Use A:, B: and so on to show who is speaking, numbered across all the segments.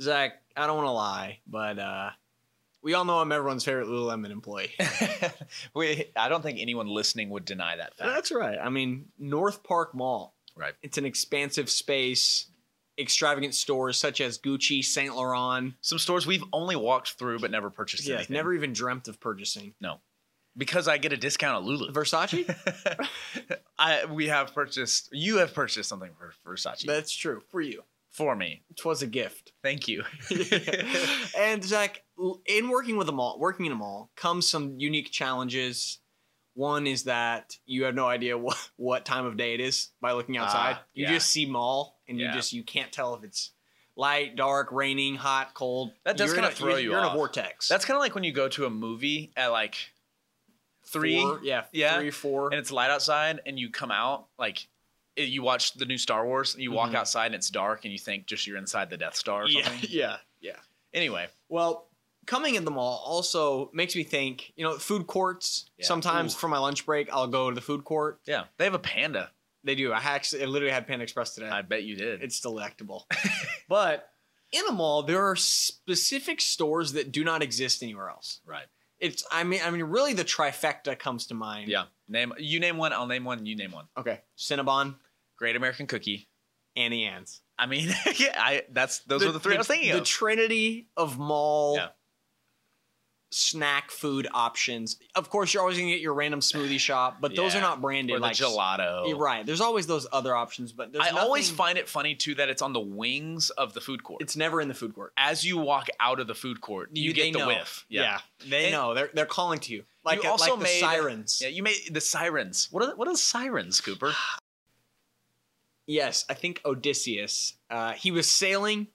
A: Zach, I don't want to lie, but uh, we all know I'm everyone's favorite Lululemon employee.
B: we, I don't think anyone listening would deny that fact.
A: That's right. I mean, North Park Mall.
B: Right.
A: It's an expansive space, extravagant stores such as Gucci, Saint Laurent.
B: Some stores we've only walked through but never purchased
A: Yeah,
B: anything.
A: never even dreamt of purchasing
B: because I get a discount at Lulu.
A: Versace.
B: I we have purchased. You have purchased something for Versace
A: That's true for you.
B: for me.
A: Twas a gift.
B: Thank you.
A: and Zach, l- in working with a mall, working in a mall comes some unique challenges. One is that you have no idea what, what time of day it is by looking outside.
B: Ah,
A: you
B: yeah.
A: just see mall, and
B: Yeah.
A: you just you can't tell if it's light, dark, raining, hot, cold.
B: That does
A: You're in
B: kinda
A: a-
B: throw
A: you're-
B: you
A: You're in
B: off.
A: a vortex.
B: That's kind of like when you go to a movie at like three,
A: Four, yeah,
B: yeah,
A: three, four.
B: and it's light outside, and you come out like eh, you watch the new Star Wars, and you walk
A: Mhm.
B: outside, and it's dark, and you think just you're inside the Death Star or
A: yeah,
B: something.
A: yeah, yeah.
B: Anyway,
A: Well, coming in the mall also makes me think. You know, food courts.
B: Yeah.
A: Sometimes
B: Ooh.
A: for my lunch break, I'll go to the food court.
B: yeah, they have a panda.
A: They do. I actually, I literally had Panda Express today.
B: I bet you did.
A: it's delectable. but in a mall, there are specific stores that do not exist anywhere else.
B: right.
A: It's I mean I mean really the trifecta comes to mind.
B: Yeah. Name you name one, I'll name one. You name one.
A: Okay. Cinnabon,
B: Great American Cookie.
A: Annie Ann's.
B: I mean, yeah, I that's those were the three I was thinking
A: the
B: of.
A: trinity of mall
B: Yeah.
A: snack food options. Of course, you're always gonna get your random smoothie shop, but those
B: Yeah.
A: are not branded
B: or the
A: like
B: gelato.
A: You're right. There's always those other options, but there's
B: I always
A: nothing-
B: find it funny too that it's on the wings of the food court.
A: it's never in the food court.
B: As you walk out of the food court, you,
A: You- they
B: get the
A: know.
B: whiff.
A: Yeah. They
B: And-
A: know. They're they're calling to you. Like, uh,
B: You also
A: like the
B: made-
A: sirens.
B: Yeah, you made the sirens. What are what are sirens, Cooper?
A: Ah, Yes, I think Odysseus. Uh, he was sailing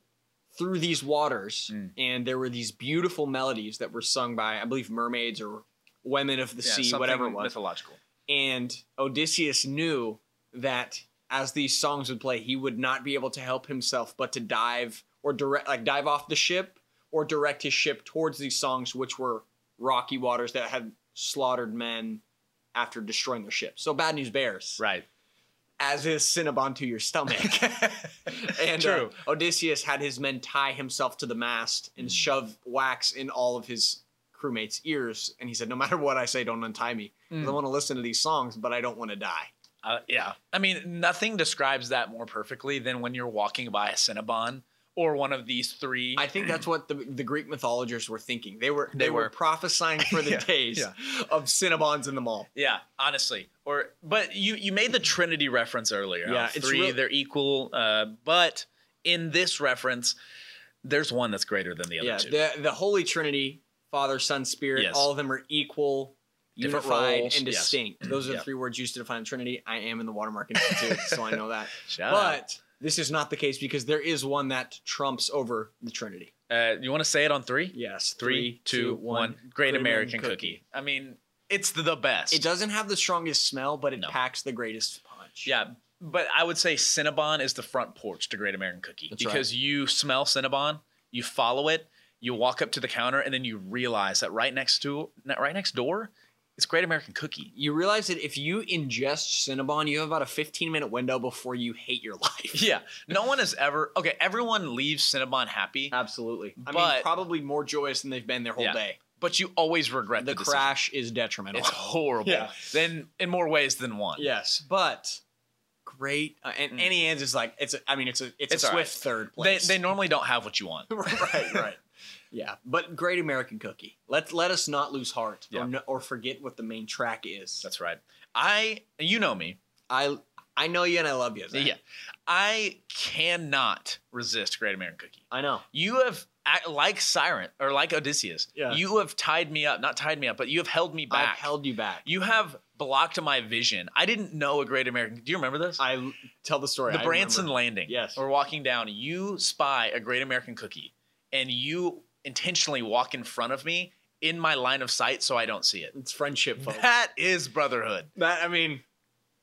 A: through these waters,
B: Mm.
A: and there were these beautiful melodies that were sung by, I believe, mermaids or women of the
B: Yeah,
A: sea,
B: something
A: whatever it was.
B: mythological.
A: And Odysseus knew that as these songs would play, he would not be able to help himself but to dive or direct, like dive off the ship or direct his ship towards these songs, which were rocky waters that had slaughtered men after destroying their ships. So bad news bears,
B: Right.
A: as is Cinnabon to your stomach. And uh,
B: True.
A: Odysseus had his men tie himself to the mast and
B: Mm.
A: shove wax in all of his crewmates' ears. And he said, No matter what I say, don't untie me. 'cause I
B: Mm.
A: want to listen to these songs, but I don't want to die.
B: Uh, yeah. I mean, nothing describes that more perfectly than when you're walking by a Cinnabon or one of these three.
A: I think that's what the, the Greek mythologists were thinking. They were they,
B: They
A: were.
B: were.
A: prophesying for the
B: Yeah,
A: days
B: yeah.
A: of Cinnabons in the mall.
B: yeah, honestly. Or but you you made the Trinity reference earlier.
A: Yeah,
B: Uh,
A: it's
B: three
A: real-
B: they're equal. Uh, but in this reference, there's one that's greater than the other
A: Yeah,
B: two.
A: the the Holy Trinity, Father, Son, Spirit,
B: Yes.
A: all of them are equal.
B: Different
A: unified and
B: roles, yes. Mm-hmm,
A: distinct. Those are the
B: Yeah.
A: three words used to define the Trinity. I am in the Watermark Institute, so I know that.
B: Shout out.
A: But this is not the case because there is one that trumps over the Trinity.
B: Uh, you want to say it on three?
A: Yes.
B: Three, two, one. Great, American, cookie. I mean, it's the best.
A: It doesn't have the strongest smell, but it
B: No.
A: packs the greatest punch.
B: Yeah, but I would say Cinnabon is the front porch to Great American Cookie
A: That's right.
B: because you smell Cinnabon, you follow it, you walk up to the counter, and then you realize that right next to, right next door, it's Great American Cookie.
A: You realize that if you ingest Cinnabon, you have about a 15 minute window before you hate your life.
B: Yeah, no one has ever. Okay, everyone leaves Cinnabon happy,
A: Absolutely. I mean,
B: But-
A: probably more joyous than they've been their whole
B: Yeah.
A: day.
B: but you always regret
A: The,
B: the, decision.
A: crash is detrimental.
B: It's horrible.
A: Yeah.
B: Then in more ways than one.
A: yes, but great. Uh, and
B: Mm.
A: Annie Ann's is like it's. A, I mean, it's a it's,
B: It's
A: a
B: all right.
A: swift third
B: They,
A: place.
B: they normally don't have what you want.
A: right, right. Yeah, but Great American Cookie. Let let us not lose heart
B: Yeah.
A: or no, or forget what the main track is.
B: That's right. I, you know me.
A: I I know you and I love you. Zach.
B: Yeah. I cannot resist Great American Cookie.
A: I know.
B: You have, I- like Siren or like Odysseus,
A: Yeah.
B: you have tied me up, not tied me up, but you have held me back.
A: I've held you back.
B: you have blocked my vision. I didn't know a Great American. Do you remember this?
A: I tell the story.
B: the
A: I
B: Branson
A: remember.
B: Landing.
A: Yes.
B: We're walking down. You spy a Great American Cookie and you intentionally walk in front of me in my line of sight so I don't see it.
A: It's friendship, folks.
B: That is brotherhood.
A: That I mean,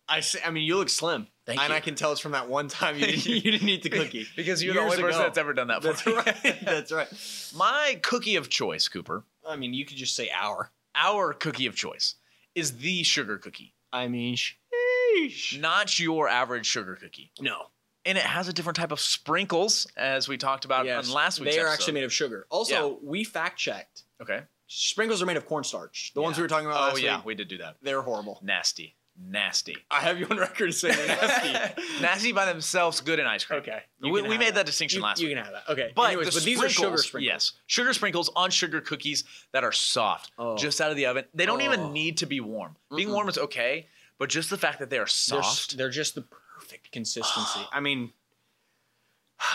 A: I s- I mean, you look slim,
B: Thank
A: and
B: you.
A: I can tell it's from that one time you didn't, you didn't eat the cookie.
B: because you're the
A: Years
B: only person
A: ago.
B: that's ever done that for
A: That's
B: me.
A: right. That's right.
B: My cookie of choice, Cooper,
A: I mean, you could just say our.
B: our cookie of choice is the sugar cookie,
A: I mean, sheesh.
B: not your average sugar cookie.
A: no,
B: and it has a different type of sprinkles, as we talked about
A: Yes,
B: on last week's
A: they are
B: episode.
A: actually made of sugar. Also, we fact checked.
B: okay.
A: Sprinkles are made of cornstarch. The ones
B: Yeah.
A: we were talking about
B: Oh
A: last
B: yeah,
A: week,
B: we did do that.
A: they're horrible.
B: Nasty, nasty,
A: I have you on record saying they're nasty.
B: nasty by themselves. Good in ice cream.
A: okay. you
B: We,
A: can
B: we
A: have
B: made that, distinction
A: You-
B: last
A: You
B: week.
A: can have that. Okay.
B: But,
A: Anyways,
B: the
A: but these are sugar sprinkles.
B: Yes. Sugar sprinkles on sugar cookies that are soft,
A: Oh.
B: just out of the oven. They don't
A: Oh.
B: even need to be warm. Being
A: Mm-mm.
B: warm is okay, but just the fact that they are
A: They're, s-
B: soft.
A: they're just the perfect consistency. I mean,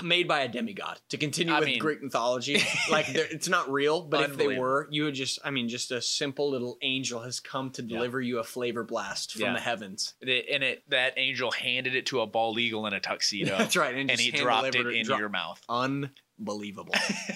A: made by a demigod. To continue
B: I
A: with
B: mean-
A: Greek mythology, like they're- it's not real, but if they
B: Unbelievable.
A: were, you would just, I mean, just a simple little angel has come to deliver you a flavor blast from
B: Yeah.
A: the heavens.
B: They- and it that angel handed it to a bald eagle in a tuxedo,
A: That's right.
B: and
A: just
B: he
A: hand
B: dropped it
A: delivered
B: into
A: Dro-
B: your mouth.
A: Unbelievable.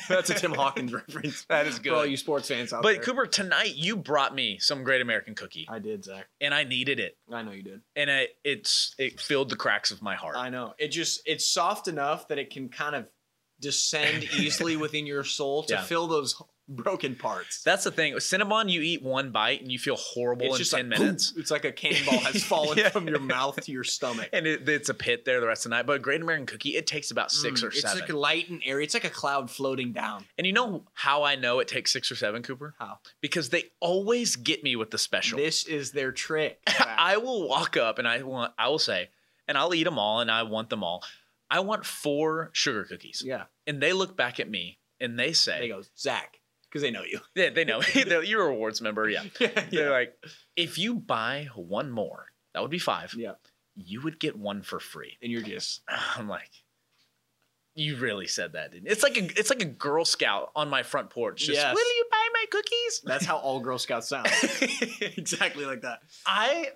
A: That's a Tim Hawkins reference.
B: That is
A: For all
B: good.
A: you sports fans out
B: But
A: there.
B: Cooper, tonight you brought me some Great American Cookie,
A: I did, Zach.
B: and I needed it,
A: I know you did.
B: and I, it's it filled the cracks of my heart.
A: I know. It just it's soft enough that it can kind of descend easily within your soul to
B: Yeah.
A: fill those broken parts.
B: That's the thing. With Cinnabon, you eat one bite and you feel horrible in ten
A: like,
B: minutes.
A: It's like a cannonball has fallen
B: Yeah.
A: from your mouth to your stomach.
B: and it, it's a pit there the rest of the night. But Great American Cookie, it takes about six
A: Mm,
B: or seven.
A: It's like light and airy. It's like a cloud floating down.
B: and you know how I know it takes six or seven, Cooper?
A: How?
B: Because they always get me with the special.
A: This is their trick.
B: I will walk up and I want, I will say, and I'll eat them all, and I want them all. I want four sugar cookies,
A: yeah.
B: and they look back at me and they
A: They
B: say,
A: go, Zach, because they know you.
B: yeah, they know They're- you're a rewards member, yeah.
A: yeah.
B: They're like, if you buy one more, that would be five.
A: Yeah.
B: You would get one for free.
A: And you're just
B: I'm like, you really said that, didn't? You? It's like a it's like a Girl Scout on my front porch. Just
A: Yes.
B: will you buy my cookies?
A: that's how all Girl Scouts sound. exactly like that.
B: I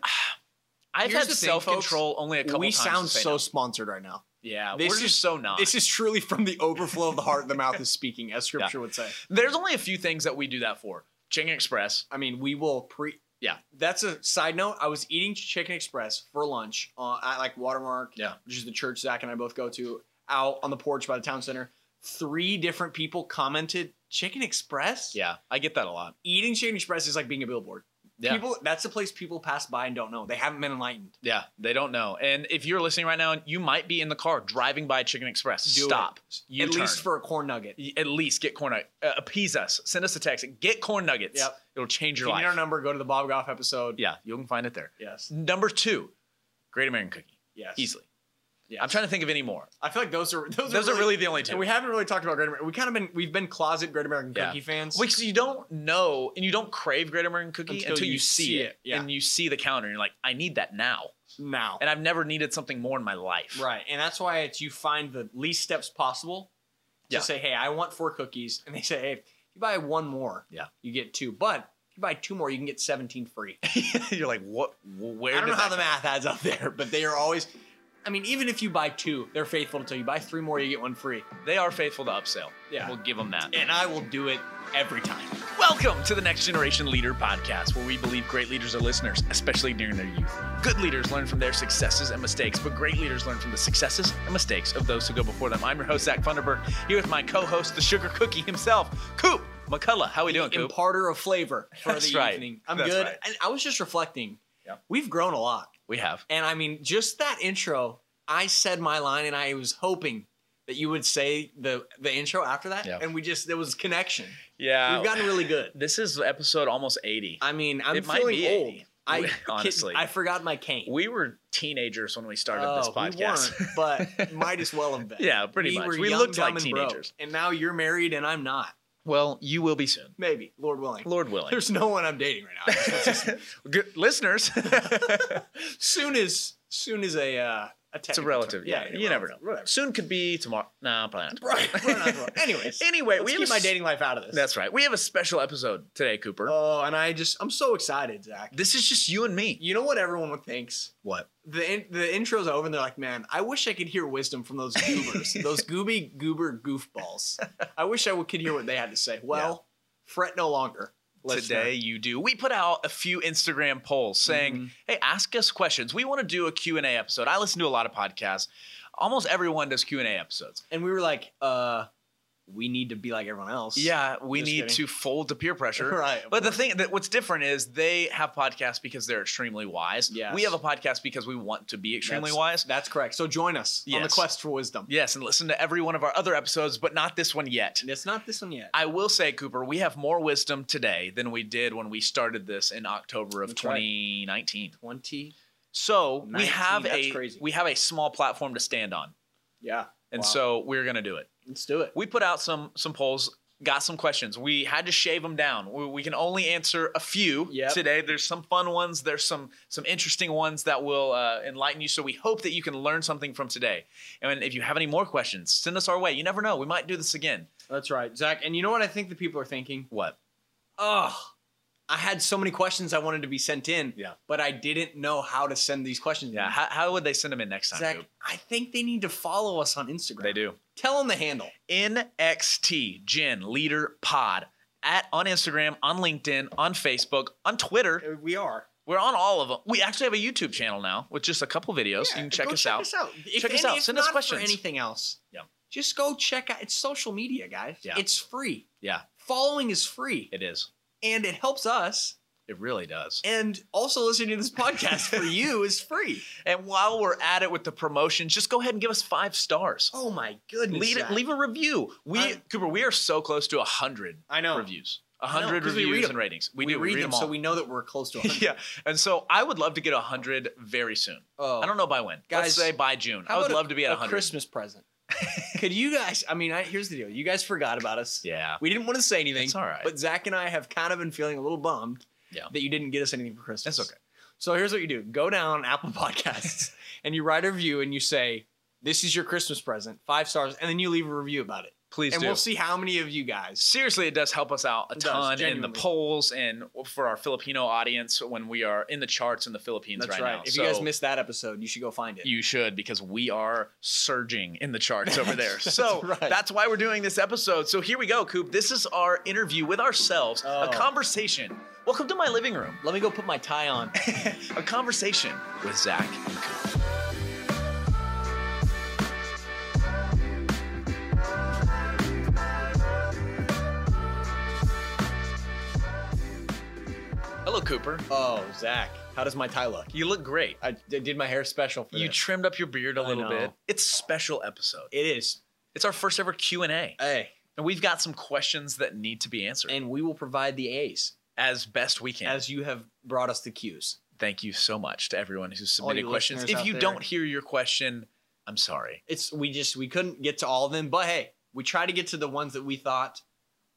B: I've
A: Here's
B: had
A: the thing,
B: self control only a couple
A: We
B: times. to
A: sound
B: say
A: so
B: no.
A: sponsored right now.
B: yeah.
A: this
B: we're
A: is-
B: just so not.
A: This is truly from the overflow of the heart, the mouth is speaking, as scripture would say.
B: There's only a few things that we do that for. Chicken Express.
A: I mean, we will pre.
B: Yeah.
A: that's a side note. I was eating Chicken Express for lunch uh, at like Watermark,
B: Yeah.
A: which is the church Zach and I both go to, out on the porch by the town center. Three different people commented, "Chicken Express."
B: Yeah, I get that a lot.
A: eating Chicken Express is like being a billboard.
B: Yeah,
A: People, that's the place people pass by and don't know. They haven't been enlightened.
B: yeah. They don't know. And if you're listening right now, you might be in the car driving by Chicken Express.
A: Do it.
B: Stop. You
A: at least
B: turn.
A: for a corn nugget.
B: at least get corn nug- uh, appease us. Send us a text. Get corn nuggets.
A: Yep.
B: It'll change
A: If
B: your
A: you
B: life.
A: need our number, go to the Bob Goff episode.
B: Yeah, you can find it there.
A: Yes,
B: Number two, Great American Cookie,
A: yes,
B: easily.
A: Yes.
B: I'm trying to think of any more.
A: I feel like those are those,
B: Those are really the only
A: And
B: two.
A: we haven't really talked about Great American. We kind of been we've been closet Great American
B: Yeah.
A: Cookie fans.
B: Because you don't know and you don't crave Great American Cookie until, you, see it,
A: yeah.
B: and you see the counter and you're like, I need that now.
A: now.
B: And I've never needed something more in my life.
A: Right. And that's why it's you find the least steps possible to
B: Yeah.
A: say, hey, I want four cookies. And they say, hey, if you buy one more,
B: Yeah.
A: you get two. But if you buy two more, you can get 17 free.
B: you're like, what? Where?
A: I don't
B: did
A: know how
B: that
A: the
B: come-
A: math adds up there, but they are always, I mean, even if you buy two, they're faithful until you buy three more, you get one free.
B: They are faithful to upsell.
A: Yeah.
B: we'll give them that.
A: And I will do it every time.
B: Welcome to the Next Generation Leader Podcast, where we believe great leaders are listeners, especially during their youth. Good leaders learn from their successes and mistakes, but great leaders learn from the successes and mistakes of those who go before them. I'm your host, Zach Funderburg, here with my co-host, the sugar cookie himself, Coop McCullough. How we doing, Coop?
A: Imparter of flavor for
B: That's
A: the
B: right.
A: evening. I'm
B: That's
A: good.
B: right.
A: And I was just reflecting.
B: Yeah.
A: We've grown a lot.
B: We have.
A: And I mean, just that intro, I said my line and I was hoping that you would say the the intro after that.
B: Yeah. Uh,
A: And we just there was connection.
B: Yeah.
A: We've gotten really good.
B: this is episode almost 80.
A: I mean, I'm
B: It might
A: feeling
B: be
A: old.
B: 80,
A: I
B: honestly.
A: I forgot my cane.
B: we were teenagers when we started
A: Oh,
B: this
A: we
B: podcast.
A: weren't, but might as well have been.
B: yeah, pretty
A: we
B: much.
A: Were
B: we
A: young,
B: looked
A: dumb,
B: like
A: and broke.
B: teenagers.
A: And now you're married and I'm not.
B: Well, you will be soon.
A: Maybe, Lord willing.
B: Lord willing.
A: There's no one I'm dating right now. That's just-
B: Good listeners.
A: soon as soon as a uh, a
B: It's a
A: technical
B: relative.
A: term.
B: Yeah, you never know.
A: relative, Whatever.
B: Soon could be tomorrow. No, probably not.
A: Right. right on, right on. Anyways,
B: Anyway,
A: let's
B: we have
A: keep
B: a
A: my
B: s-
A: dating life out of this.
B: That's right. We have a special episode today, Cooper.
A: Oh, and I just I'm so excited, Zach.
B: this is just you and me.
A: You know what everyone thinks?
B: What?
A: The in, the intro's over and they're like, "Man, I wish I could hear wisdom from those goobers, those gooby goober goofballs. I wish I would, could hear what they had to say." Well, fret no longer. listener.
B: Today you do. We put out a few Instagram polls saying,
A: Mhm.
B: "Hey, ask us questions. We want to do a Q&A episode." I listen to a lot of podcasts. Almost everyone does Q&A episodes.
A: and we were like, "Uh, we need to be like everyone else.
B: Yeah, we
A: Just
B: need
A: kidding.
B: to fold to peer pressure.
A: Right, of
B: But the thing that what's different is they have podcasts because they're extremely wise.
A: Yes.
B: We have a podcast because we want to be extremely
A: That's-
B: wise.
A: That's correct. So join us on the
B: Yes.
A: quest for wisdom.
B: Yes, and listen to every one of our other episodes, but not this one yet.
A: And it's not this one yet.
B: I will say, Cooper, we have more wisdom today than we did when we started this in October of
A: That's right.
B: 2019.
A: 20.
B: So we
A: 19,
B: have
A: that's
B: a
A: crazy.
B: we have a small platform to stand on,
A: Yeah.
B: and
A: Wow.
B: so we're gonna do it.
A: let's do it.
B: We put out some some polls, got some questions. We had to shave them down. We, we can only answer a few
A: Yep.
B: today. There's some fun ones. There's some some interesting ones that will uh, enlighten you. So we hope that you can learn something from today. And if you have any more questions, send us our way. You never know. We might do this again.
A: That's right, Zach. And you know what I think the people are thinking?
B: What?
A: Oh, I had so many questions I wanted to be sent in,
B: Yeah.
A: but I didn't know how to send these questions.
B: Yeah.
A: in.
B: How, how would they send them in next time?
A: Zach,
B: Coop?
A: I think they need to follow us on Instagram.
B: They do.
A: Tell them the handle.
B: NXT Gen Leader Pod at on Instagram, on LinkedIn, on Facebook, on Twitter.
A: We are.
B: We're on all of them. We actually have a YouTube channel now with just a couple videos. you can check
A: go
B: us out.
A: If
B: Check us
A: any-
B: out.
A: if
B: Send us
A: not for
B: questions.
A: anything else?
B: Yeah.
A: Just go check out. It's social media, guys.
B: Yeah.
A: It's free.
B: Yeah,
A: Following is free,
B: it is.
A: and it helps us.
B: It really does.
A: And also listening to this podcast for you is free.
B: And while we're at it with the promotions, just go ahead and give us five stars.
A: Oh my goodness!
B: leave,
A: Zach.
B: leave a review. We
A: I'm-
B: Cooper, we are so close to hundred
A: I know.
B: reviews.
A: know,
B: hundred
A: 'cause we read
B: reviews
A: them.
B: and ratings. We,
A: We,
B: do
A: read,
B: we read
A: them,
B: all.
A: so we know that we're close to 100.
B: yeah, and so I would love to get hundred very soon.
A: Oh.
B: I don't know by when. Let's
A: Guys,
B: say by June.
A: How
B: I would
A: about a-
B: love to be at
A: a
B: hundred.
A: Christmas present. Could you guys? I mean, I, here's the deal. You guys forgot about us.
B: Yeah.
A: We didn't want to say anything.
B: It's all right.
A: But Zach and I have kind of been feeling a little bummed
B: Yeah.
A: that you didn't get us anything for Christmas.
B: That's okay.
A: So here's what you do: go down Apple Podcasts and you write a review and you say, "This is your Christmas present, five stars," and then you leave a review about it.
B: Please
A: and
B: do.
A: we'll see how many of you guys.
B: Seriously, it does help us out a
A: It does,
B: ton in the
A: genuinely.
B: polls and for our Filipino audience when we are in the charts in the Philippines
A: That's
B: right,
A: right.
B: now.
A: If you guys
B: So-
A: missed that episode, you should go find it.
B: You should because we are surging in the charts over there.
A: That's
B: so
A: right.
B: that's why we're doing this episode. So here we go, Coop. This is our interview with ourselves, a
A: Oh.
B: conversation. Welcome to my living room.
A: Let me go put my tie on.
B: a conversation with Zach and Coop. Hello, Cooper.
A: Oh, Zach, how does my tie look?
B: You look great.
A: I I did my hair special for
B: You
A: this.
B: trimmed up your beard a
A: I
B: little
A: know.
B: bit. It's a special episode.
A: it is.
B: It's our first ever Q and A,
A: Hey,
B: and we've got some questions that need to be answered
A: and we will provide the A's
B: as best we can.
A: as you have brought us the Q's.
B: Thank you so much to everyone who submitted
A: you
B: questions.
A: listeners
B: If
A: out
B: you
A: there.
B: don't hear your question, I'm sorry.
A: It's we just we couldn't get to all of them, but hey, we tried to get to the ones that we thought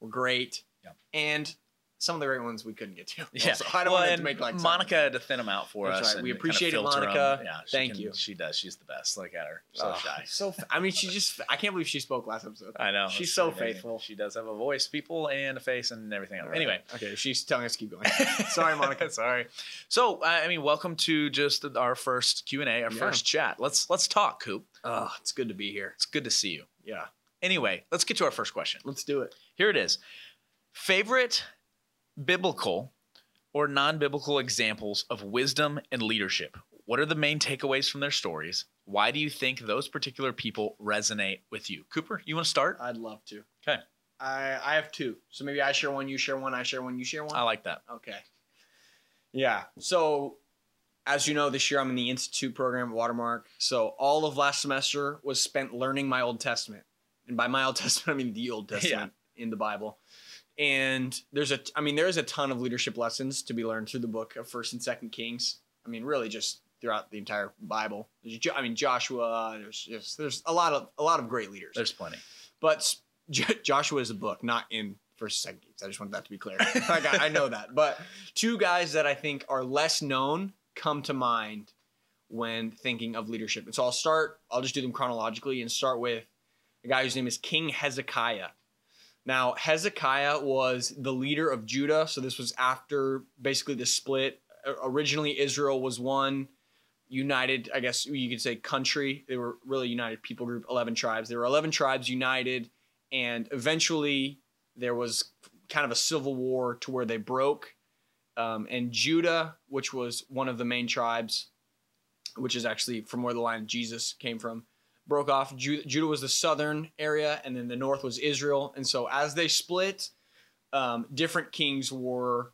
A: were great,
B: Yeah.
A: and some of the great ones we couldn't get to.
B: Yeah,
A: So I don't
B: Well,
A: want it
B: and
A: to make like
B: Monica had to thin them out for
A: That's
B: us.
A: right.
B: and
A: We
B: kinda
A: appreciate it,
B: filter 'em.
A: Monica.
B: Yeah, she
A: Thank
B: can-
A: you.
B: She does. She's the best. Look at her. So
A: Oh,
B: shy.
A: So f- I mean, she just I can't believe she spoke last episode.
B: I know.
A: She's
B: it's
A: so
B: amazing.
A: faithful.
B: She does have a voice, people, and a face, and everything else. Anyway,
A: okay, she's telling us to keep going. Sorry, Monica.
B: Sorry. So I I mean, welcome to just our first Q and A, our
A: Yeah.
B: first chat. Let's let's talk, Coop.
A: oh, it's good to be here.
B: It's good to see you.
A: Yeah,
B: Anyway, let's get to our first question.
A: let's do it.
B: Here it is. Favorite biblical or non-biblical examples of wisdom and leadership. What are the main takeaways from their stories? Why do you think those particular people resonate with you? Cooper, you want to start?
A: I'd love to.
B: 'Kay.
A: I I have two, so maybe I share one, you share one, I share one, you share one.
B: I like that.
A: Okay. Yeah. So, as you know, this year I'm in the Institute program at Watermark. So, all of last semester was spent learning my Old Testament. And by my Old Testament, I mean the Old Testament in the Bible. And there's a, I mean, there's a ton of leadership lessons to be learned through the book of First and Second Kings. I mean, really just throughout the entire Bible. There's Jo- I mean, Joshua. There's just, there's a lot of a lot of great leaders.
B: There's plenty.
A: But s- J- Joshua is a book, not in First and Second Kings. I just want that to be clear. like, I, I know that, but two guys that I think are less known come to mind when thinking of leadership. And so I'll start. I'll just do them chronologically and start with a guy whose name is King Hezekiah. Now Hezekiah was the leader of Judah, so this was after basically the split. O- Originally, Israel was one united, I guess you could say country. They were really united people group, 11 tribes. There were 11 tribes united, and eventually there was kind of a civil war to where they broke. Um, and Judah, which was one of the main tribes, which is actually from where the line of Jesus came from, broke off. Ju- Judah was the southern area, and then the north was Israel. And so as they split, um, different kings were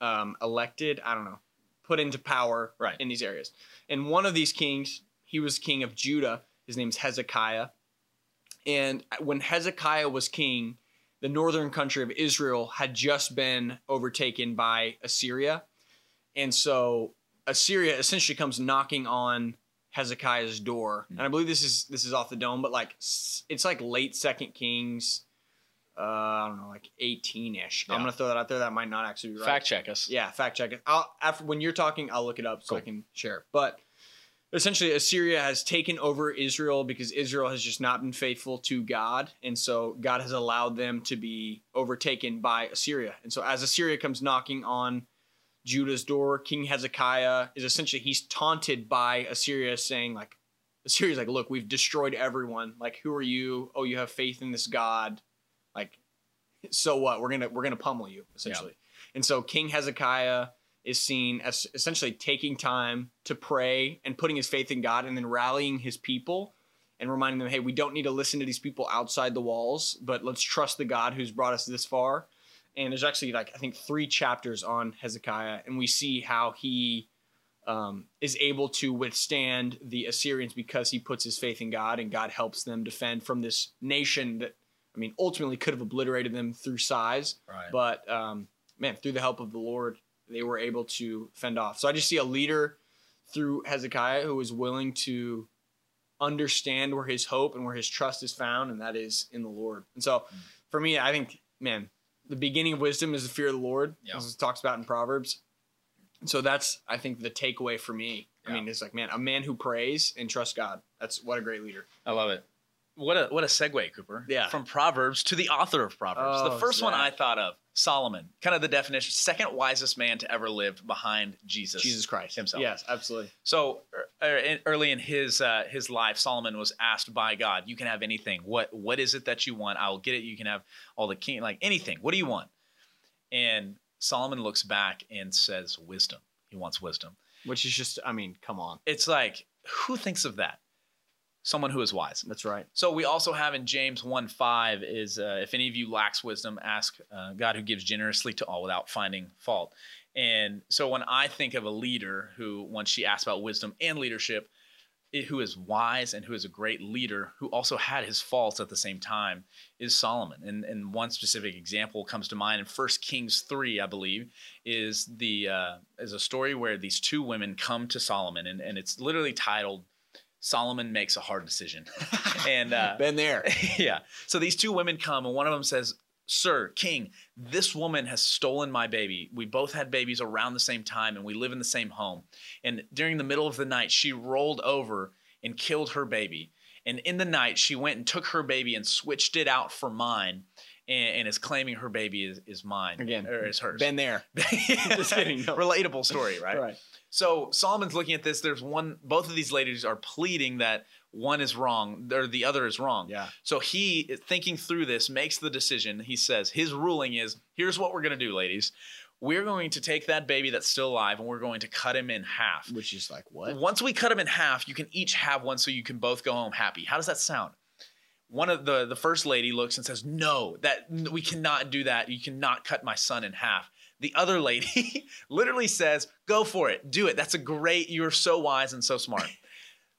A: um, elected. I don't know, put into power
B: Right.
A: in these areas. And one of these kings, he was king of Judah. His name's Hezekiah. And when Hezekiah was king, the northern country of Israel had just been overtaken by Assyria. And so Assyria essentially comes knocking on Hezekiah's door.
B: Hmm.
A: And I believe this is this is off the dome, but like s- it's like late second kings uh, I don't know, like 18ish. I'm
B: Yeah.
A: going to throw that out there that might not actually be right.
B: Fact check us.
A: Yeah, fact check it. I'll, after when you're talking, I'll look it up so I
B: Cool.
A: can share. But essentially, Assyria has taken over Israel because Israel has just not been faithful to God, and so God has allowed them to be overtaken by Assyria. And so, as Assyria comes knocking on Judah's door, King Hezekiah is essentially he's taunted by Assyria, saying like, Assyria's like, look, we've destroyed everyone. Like, who are you? Oh, you have faith in this God. Like, so what? We're gonna we're gonna pummel you essentially. And so King Hezekiah is seen as essentially taking time to pray and putting his faith in God and then rallying his people and reminding them, hey, we don't need to listen to these people outside the walls, but let's trust the God who's brought us this far. And there's actually like I think three chapters on Hezekiah, and we see how he um, is able to withstand the Assyrians because he puts his faith in God, and God helps them defend from this nation that, I mean, ultimately could have obliterated them through size,
B: Right.
A: but um, man, through the help of the Lord, they were able to fend off. So I just see a leader through Hezekiah who is willing to understand where his hope and where his trust is found, and that is in the Lord. And so
B: Mm.
A: for me, I think, man, the beginning of wisdom is the fear of the Lord,
B: Yeah.
A: as it talks about in Proverbs. And so that's, I think, the takeaway for me.
B: Yeah.
A: I mean, it's like, man, a man who prays and trusts God. That's what a great leader.
B: I love it. What a what a segue, Cooper.
A: Yeah.
B: From Proverbs to the author of Proverbs. the
A: Oh,
B: first one
A: Zach.
B: I thought of, Solomon. Kind of the definition, second wisest man to ever live behind Jesus.
A: Jesus Christ
B: himself.
A: Yes, absolutely.
B: So er, er, in- early in his uh, his life, Solomon was asked by God, "You can have anything. What what is it that you want? I will get it. You can have all the king, like anything. What do you want?" And Solomon looks back and says, "Wisdom. He wants wisdom."
A: Which is just, I mean, come on.
B: It's like who thinks of that? Someone who is wise.
A: That's right.
B: So we also have in James 1 5 is uh, if any of you lacks wisdom, ask uh, God who gives generously to all without finding fault. And so when I think of a leader who, once she asked about wisdom and leadership, i- who is wise and who is a great leader, who also had his faults at the same time, is Solomon. And, and one specific example comes to mind in 1 Kings 3, I believe, is the uh, is a story where these two women come to Solomon, and, and it's literally titled Solomon Makes a Hard Decision. and uh,
A: Been there.
B: yeah. So these two women come, and one of them says, Sir, King, this woman has stolen my baby. We both had babies around the same time, and we live in the same home. And during the middle of the night, she rolled over and killed her baby. And in the night, she went and took her baby and switched it out for mine and, and is claiming her baby is, is mine.
A: Again,
B: Or is hers.
A: Been there. Just kidding, no.
B: Relatable story, right?
A: Right.
B: So Solomon's looking at this. There's one, both of these ladies are pleading that one is wrong or the other is wrong.
A: Yeah.
B: So he, thinking through this, makes the decision. He says his ruling is here's what we're going to do, ladies. We're going to take that baby that's still alive and we're going to cut him in half.
A: Which is like, what?
B: Once we cut them in half, you can each have one so you can both go home happy. How does that sound? One of the the first lady looks and says, "No, that n- we cannot do that. You cannot cut my son in half." The other lady literally says, "Go for it. Do it. That's a great. You're so wise and so smart."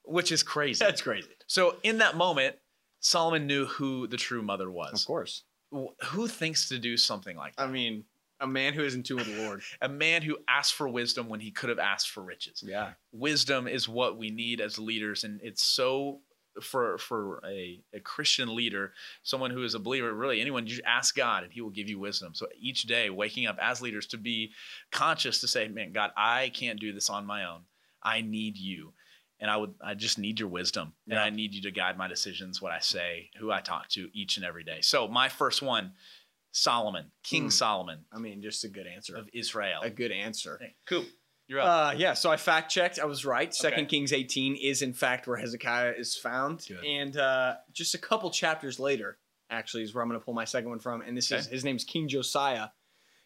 B: Which is crazy.
A: That's crazy.
B: So in that moment, Solomon knew who the true mother was.
A: course.
B: Wh- Who thinks to do something like that?
A: I mean, a man who is in tune with the Lord.
B: A man who asked for wisdom when he could have asked for riches.
A: yeah.
B: wisdom is what we need as leaders and it's so for for a, a christian leader someone who is a believer really anyone you ask god and he will give you wisdom so each day waking up as leaders to be conscious to say man god i can't do this on my own i need you and i would i just need your wisdom and
A: Yeah.
B: i need you to guide my decisions what i say who i talk to each and every day so my first one solomon king
A: Hmm.
B: solomon
A: I mean, just a good answer.
B: of israel
A: A good answer.
B: Hey, cool you're up
A: Uh, yeah, so I fact checked. I was right. Second
B: Okay.
A: Kings 18 is, in fact, where Hezekiah is found.
B: Good.
A: And uh, just a couple chapters later, actually, is where I'm going to pull my second one from. And this is
B: Okay.
A: his name's King Josiah.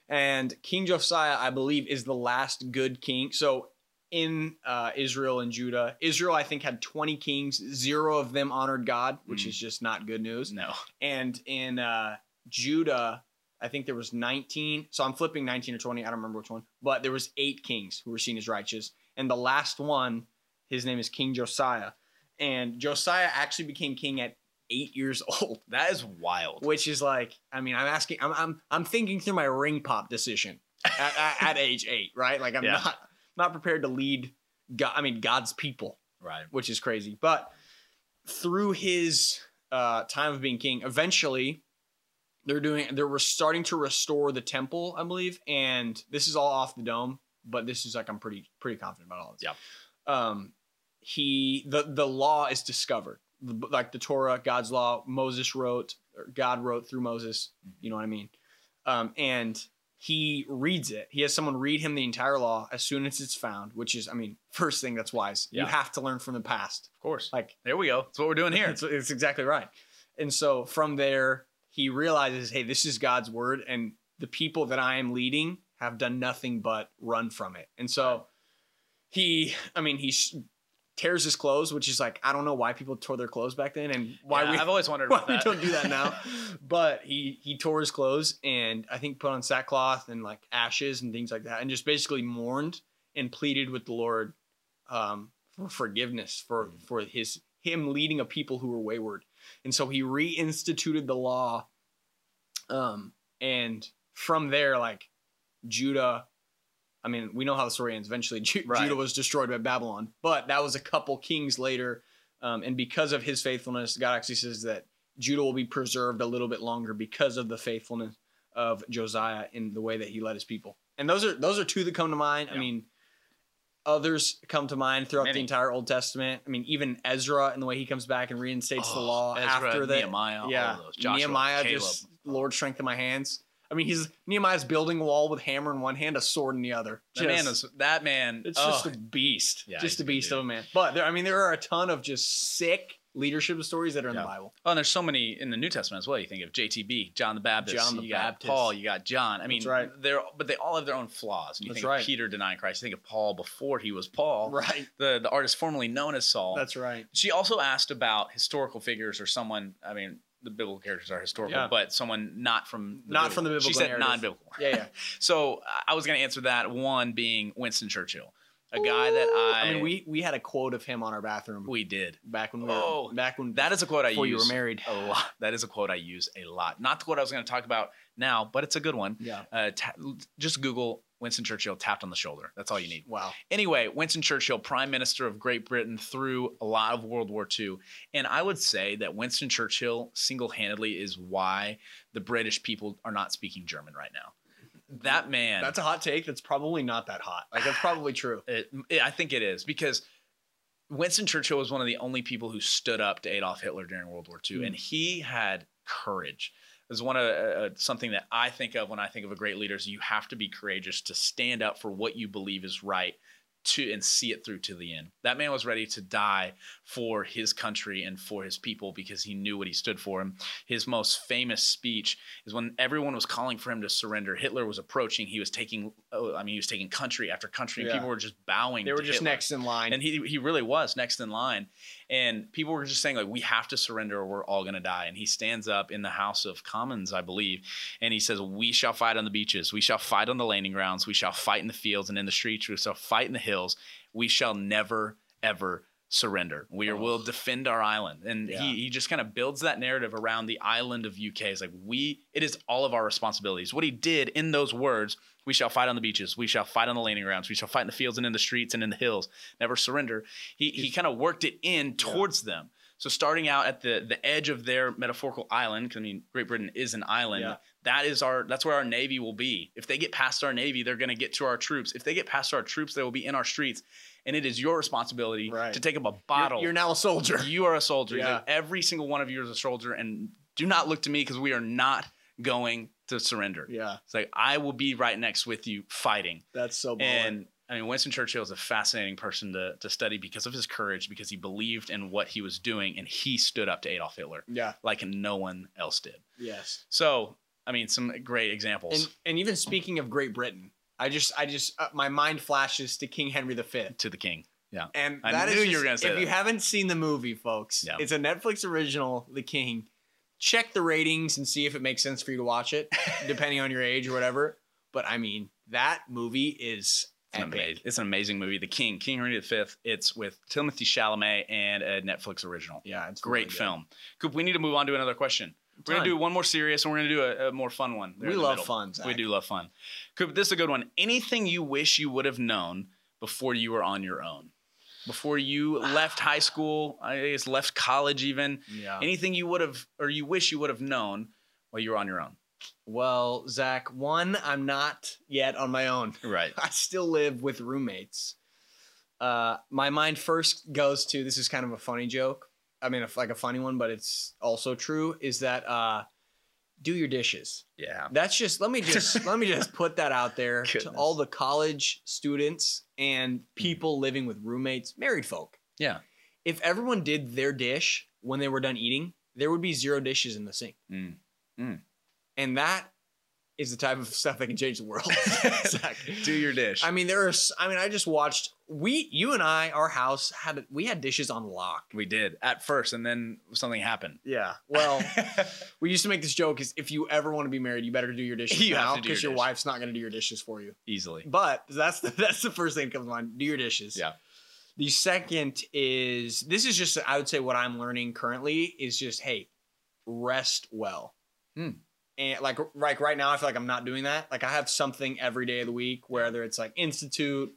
A: And King Josiah, I believe, is the last good king. So in uh, Israel and Judah. Israel, I think, had 20 kings. Zero of them honored God, which
B: Mm.
A: is just not good news.
B: No.
A: And in uh, Judah, I think there was 19. So I'm flipping 19 or 20. I don't remember which one. But there was eight kings who were seen as righteous. And the last one, his name is King Josiah. And Josiah actually became king at eight years old,
B: That is wild.
A: which is like, I mean, I'm asking, I'm, I'm, I'm thinking through my ring pop decision at, at, at age eight, right? Like I'm
B: Yeah.
A: not, not prepared to lead God. I mean, God's people
B: Right.
A: which is crazy. But through his uh, time of being king, eventually they're doing they're res- starting to restore the temple, I believe. And this is all off the dome, but this is like I'm pretty pretty confident about all this.
B: Yeah.
A: Um, he the the law is discovered, The- like the Torah, God's law. Moses wrote, or God wrote through Moses. You know what I mean? Um, and he reads it. He has someone read him the entire law as soon as it's found, which is, I mean, first thing that's wise.
B: Yeah.
A: You have to learn from the past.
B: Of course.
A: Like
B: There we go. That's what we're doing here.
A: it's, it's exactly right. And so from there, he realizes, hey, this is God's word, and the people that I am leading have done nothing but run from it. And so he, I mean, he s- tears his clothes, which is like I don't know why people tore their clothes back then, and why
B: Yeah,
A: we
B: I've always wondered
A: why
B: about
A: we
B: that.
A: don't do that now. but he he tore his clothes and I think put on sackcloth and like ashes and things like that, and just basically mourned and pleaded with the Lord um, for forgiveness for for his him leading a people who were wayward, and so he reinstituted the law. Um, and from there, like Judah. I mean, we know how the story ends. Eventually, Ju-
B: Right.
A: Judah was destroyed by Babylon, but that was a couple kings later. Um, and because of his faithfulness, God actually says that Judah will be preserved a little bit longer because of the faithfulness of Josiah in the way that he led his people. And those are those are two that come to mind.
B: Yeah.
A: I mean, others come to mind throughout
B: Many.
A: the entire Old Testament. I mean, even Ezra and the way he comes back and reinstates the
B: Oh,
A: law
B: Ezra,
A: after that.
B: Nehemiah,
A: yeah,
B: Uh, all of those. Joshua,
A: Nehemiah
B: Caleb.
A: just Lord strengthen my hands. I mean, he's Nehemiah's building a wall with hammer in one hand, a sword in the other.
B: that man is that man.
A: It's
B: oh,
A: just a beast.
B: Yeah, he's
A: just
B: a
A: a
B: good
A: beast
B: dude.
A: of a man. But there, I mean, there are a ton of just sick leadership stories that are in
B: Yeah.
A: the Bible.
B: Oh, and there's so many in the New Testament as well. You think of JTB, John the Baptist,
A: John the
B: you got
A: Baptist.
B: Paul, you got John. I mean,
A: That's right.
B: they're but they all have their own flaws. And you
A: That's
B: think of
A: right.
B: Peter denying Christ. You think of Paul before he was Paul,
A: Right.
B: the the artist formerly known as Saul.
A: That's right.
B: she also asked about historical figures or someone. I mean, the biblical characters are historical,
A: Yeah.
B: but someone not from the
A: Not from the
B: She
A: biblical
B: said
A: narrative.
B: non-biblical.
A: Yeah, yeah.
B: So I- I was going to answer that. One being Winston Churchill, a guy that I,
A: I mean, we we had a quote of him on our bathroom
B: we did.
A: back when we were
B: Oh,
A: back when
B: That is a quote I
A: before you
B: use
A: were married.
B: a lot. That is a quote I use a lot. Not the quote I was going to talk about now, but it's a good one.
A: Yeah.
B: Uh, ta- just Google Winston Churchill tapped on the shoulder. That's all you need.
A: Wow.
B: Anyway, Winston Churchill, Prime Minister of Great Britain through a lot of World War II. And I would say that Winston Churchill single handedly is why the British people are not speaking German right now. That man.
A: That's a hot take. That's probably not that hot. Like that's probably true.
B: It, it- I think it is because Winston Churchill was one of the only people who stood up to Adolf Hitler during World War II,
A: Mm.
B: and he had courage. It was one of uh, something that I think of when I think of a great leader is you have to be courageous to stand up for what you believe is right to and see it through to the end. That man was ready to die for his country and for his people because he knew what he stood for. And his most famous speech is when everyone was calling for him to surrender. Hitler was approaching. He was taking, oh, I mean, he was taking country after country. and
A: Yeah.
B: People were just bowing.
A: They were
B: to
A: just
B: Hitler.
A: next in line.
B: And he, he really was next in line. And people were just saying, like, we have to surrender or we're all going to die. And he stands up in the House of Commons, I believe, and he says, We shall fight on the beaches. We shall fight on the landing grounds. We shall fight in the fields and in the streets. We shall fight in the hills. We shall never, ever surrender. We
A: Oh.
B: will defend our island. And
A: Yeah.
B: he, he just kind of builds that narrative around the island of UK. It's like, we, it is all of our responsibilities. What he did in those words, we shall fight on the beaches. We shall fight on the landing grounds. We shall fight in the fields and in the streets and in the hills never surrender. He he kind of worked it in towards them. So starting out at the the edge of their metaphorical island, 'cause, I mean Great Britain is an island.
A: Yeah.
B: That is our that's where our navy will be. If they get past our navy, they're going to get to our troops. If they get past our troops, they will be in our streets. And it is your responsibility
A: Right.
B: to take up a
A: You're-
B: bottle.
A: You're, now a soldier.
B: You are a soldier. He's
A: Yeah.
B: like, Every single one of you is a soldier, and do not look to me because we are not going to surrender.
A: Yeah,
B: It's like I will be right next with you fighting.
A: that's so. Baller.
B: And I mean, Winston Churchill is a fascinating person to, to study because of his courage, because he believed in what he was doing and he stood up to Adolf Hitler
A: yeah,
B: like no one else did.
A: yes.
B: So, I mean, some great examples.
A: And and even speaking of Great Britain, I just, I just, uh, my mind flashes to King Henry V.
B: to the king. Yeah.
A: And
B: I
A: that is
B: knew you
A: just-
B: were gonna say
A: if
B: that.
A: you haven't seen the movie, folks,
B: Yeah.
A: it's a Netflix original, The King. Check the ratings and see if it makes sense for you to watch it, depending on your age or whatever. But I mean, that movie is
B: It's an,
A: epic.
B: amazing, it's an amazing movie. The King, King Henry V. It's with Timothy Chalamet and a Netflix original.
A: Yeah, it's really
B: Great
A: good.
B: film. Coop, we need to move on to another question. We're going
A: Done.
B: to do one more serious and we're going to do a, a more fun one. there
A: We
B: in the
A: love
B: middle.
A: fun. Zach.
B: We do love fun. Coop, this is a good one. Anything you wish you would have known before you were on your own? Before you left high school, I guess left college even.
A: Yeah.
B: Anything you would have or you wish you would have known while you were on your own?
A: Well, Zach, one, I'm not yet on my own.
B: Right.
A: I still live with roommates. Uh, my mind first goes to this is kind of a funny joke. I mean, a, like a funny one, but it's also true. Is that uh, do your dishes?
B: Yeah.
A: That's just let me just let me just put that out there to
B: Goodness. Hmm.
A: all the college students and people living with roommates, married folk.
B: Yeah.
A: If everyone did their dish when they were done eating, there would be zero dishes in the sink.
B: Mm.
A: And that is the type of stuff that can change the world. Zach.
B: Do your dish.
A: I mean, there are. s- I mean, I just watched. We, you and I, our house had we had dishes on lock.
B: we did at first, and then something happened.
A: Yeah. Well, we used to make this joke: is if you ever want to be married, you better do your dishes
B: You have
A: now
B: to do your
A: because your,
B: dishes.
A: wife's not going to do your dishes for you.
B: Easily.
A: But that's the that's the first thing that comes to mind. Do your dishes.
B: Yeah.
A: The second is this is just I would say what I'm learning currently is just hey, rest well.
B: Hmm.
A: And like like right now I feel like I'm not doing that. Like I have something every day of the week, whether it's like institute